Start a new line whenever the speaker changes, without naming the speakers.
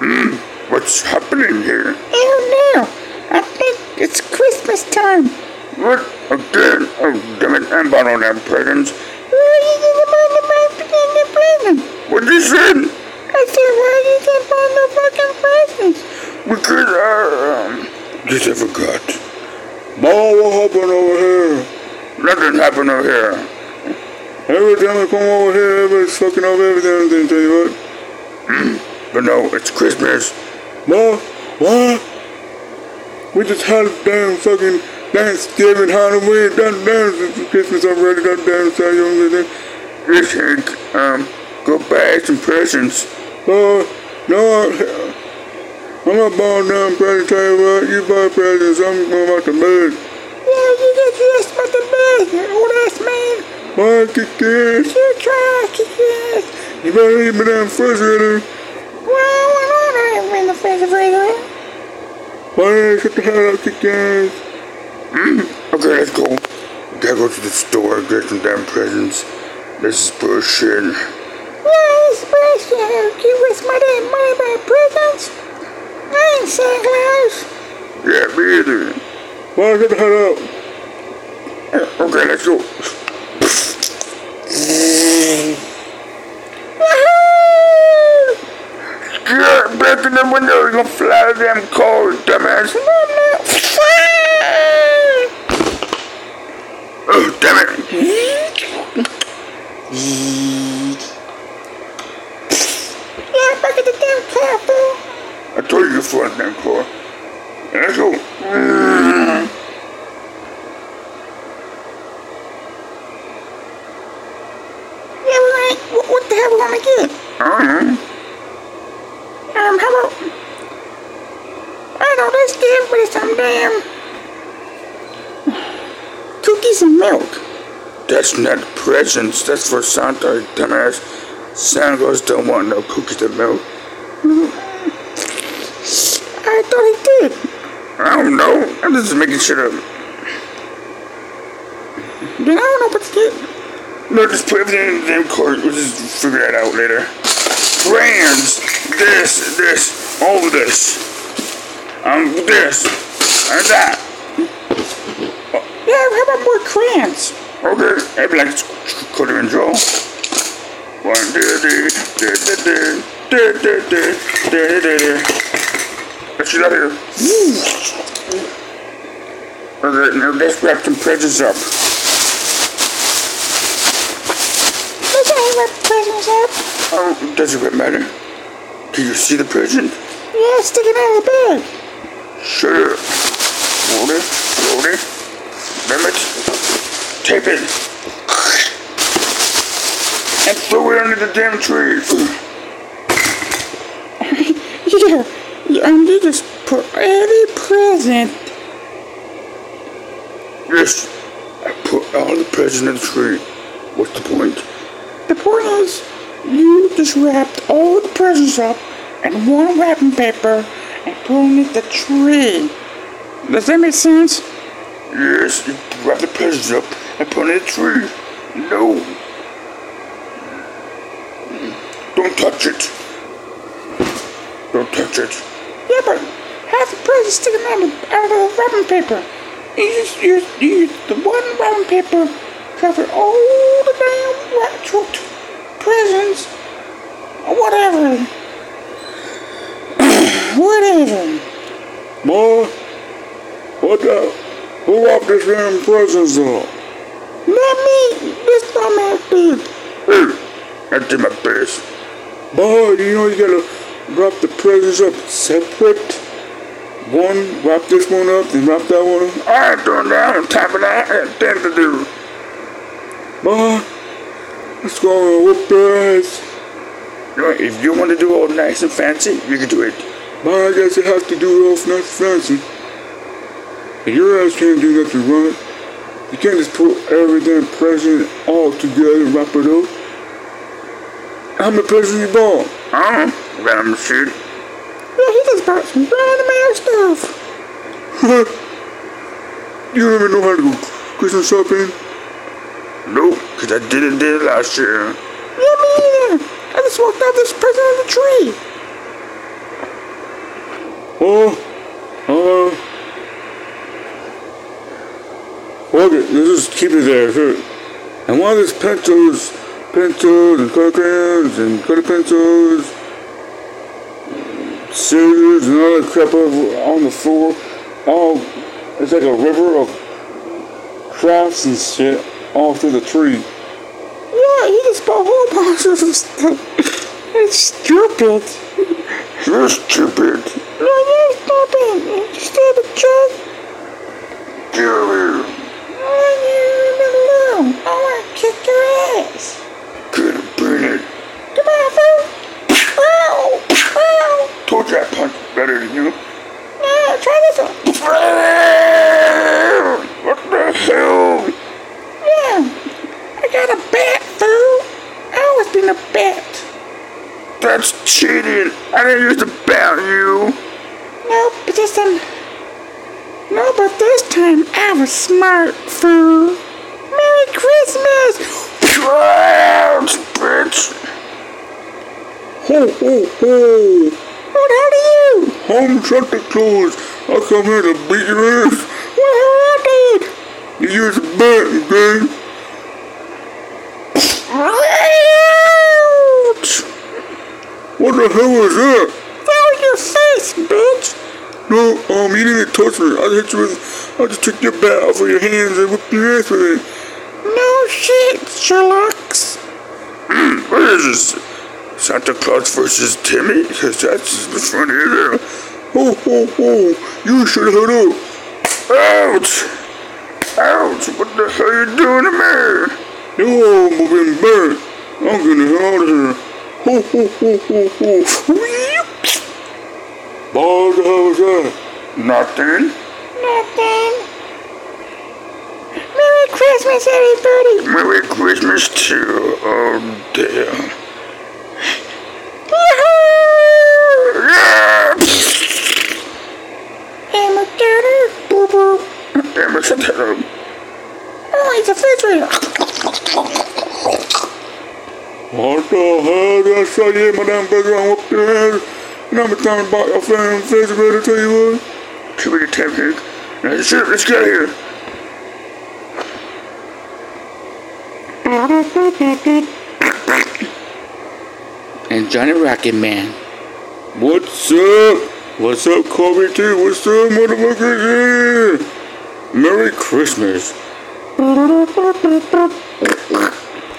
Hmm, what's happening here?
Oh no! I think it's Christmas time.
What again? Oh, damn it, I'm on them presents.
Why you didn't buy the fucking present?
What you said?
I said, why you didn't buy no fucking presents?
Because I, um, just I forgot. Mom, what happened over here? Nothing happened over here. Every time I come over here, everybody's fucking up everything. Then tell you what. Hmm. but no, it's Christmas. Mom, what? We just had a damn fucking Thanksgiving, Halloween, done damn it's Christmas already, done damn so you know This Hank, um, go buy some presents. Oh, no, I'm not buying them presents, tell you what, you buy presents, I'm going out to bed.
Yeah, you get dressed with the best, you old ass man.
Why kick this?
You try to dress.
You better eat me damn refrigerator.
Well, when I am in the refrigerator.
Why don't you shut the hell up, kick ass? Mm. Okay, let's go. Gotta go to the store, get some damn presents. This is bullshit.
Well, it's special. Give us my damn money by presents. I ain't Santa Claus.
Yeah, me either. Why don't you shut the hell up? Yeah, Okay, let's go.
Woohoo!
Yeah, breaking the window, you're gonna fly damn cold, dumbass. Oh, damn it.
Yeah, back at the damn car, fool.
I told you for a damn car. Let's go.
Yeah, we ain't. What, what the hell we gonna get?
Uh-huh.
Um, how about? I don't know. Let's get everybody some damn cookies and milk.
That's not presents. That's for Santa, you dumbass. Santa Claus don't want no cookies and milk.
I thought he did.
I don't know. I'm just making shit up.
Then I don't know what to get.
No, just put everything in the damn cart. We'll just figure that out later. Brands. This, this, all of this. Um, this. And that.
Yeah, how about more crayons?
Okay, I'd like to cut it in draw. One, two, three, two, two, two, two, two, two, two, two, two. Let's get out of here. Okay, now let's wrap some presents up.
Let's hang our presents up.
Oh, does it matter? Do you see the present?
Yeah, stick it in the bag.
Shut up. Hold it. Hold it. Damn it. Tape it. And throw it under the damn tree.
Yeah, you undo this for every present.
Yes. I put all the presents in the tree. What's the point?
The point is, you just wrapped all the presents up in one wrapping paper and put them in the tree. Does that make sense?
Yes, you wrap the presents up and put it in the tree. No. Don't touch it. Don't touch it.
Yeah, but half the presents sticking out of, out of the wrapping paper. You just use, you use the one wrapping paper, cover all the damn wrap- tw- tw- presents, or whatever. whatever.
Ma, what the? Who wrapped this damn presents up?
Not me, this dumbass did.
Hey, I did my best. Ma, you know you gotta wrap the presents up separate. One, wrap this one up, then wrap that one up. I ain't doing that. I'm top of that. I got things to do. Ma, let's go and whoop their ass. You know, if you want to do all nice and fancy, you can do it. Ma, I guess you have to do all nice and fancy. And your ass can't do nothing right. You can't just put everything present all together and wrap it up. How many presents you bought? I don't know. Random shit.
Yeah, he just bought some random ass stuff.
You don't even know how to go Christmas shopping? Nope, because I didn't did it last year.
Yeah, me either. I just walked out this present in the tree.
Uh-huh. fuck it, let's just keep it there. Sure. And one of these pencils, pencils and color crayons and color pencils, scissors and all that crap over on the floor, all it's like a river of crafts and shit all through the tree.
Yeah, he just bought a whole bunch of some stuff. It's stupid.
You're stupid.
No, you're stupid. You stupid jerk.
You're
I want you in the room. I want to kick your ass.
gonna burn it.
Come on, fool. Ow! Ow!
Told you I punch better than you.
No, try this one.
What the hell?
Yeah. I got a bat, fool. I always been a bat.
That's cheating. I didn't use the bat, you.
No, but this time. No, but this time I was smart, fool. Merry Christmas!
Clowns, bitch. Ho, ho, ho.
What hell to you?
Home Santa Claus. I come here to beat your ass.
What hell I did?
You use a bat, okay?
Ouch!
What the hell was that?
That was your face, bitch!
No, um, you didn't touch me. I hit you with, I just took your bat off of your hands and whipped your ass with it.
No shit, Sherlocks!
What is this? Santa Claus versus Timmy? Cause that's the fun here. Ho ho ho! You should have up. Ouch! Ouch! What the hell you doing to me? You all moving back. I'm gonna get out of here. Ho ho ho ho ho! Wheep. Bob, the hell was that? Nothing.
Nothing! Merry Christmas, everybody!
Merry Christmas to you. Oh damn.
Yahoo!
Yeah.
Hammer Turner! Boo boo!
Damn it, shut that up.
Oh, he's a refrigerator!
What the hell? That's right, yeah, my damn brother, I'm up your ass. And I'm talking about your friend, face better tell you what. Too many tactics. Now, shut up, let's get out of here.
and Johnny Rocket Man.
What's up? What's up, Kobe T? What's up, motherfuckers? Yeah. Merry Christmas.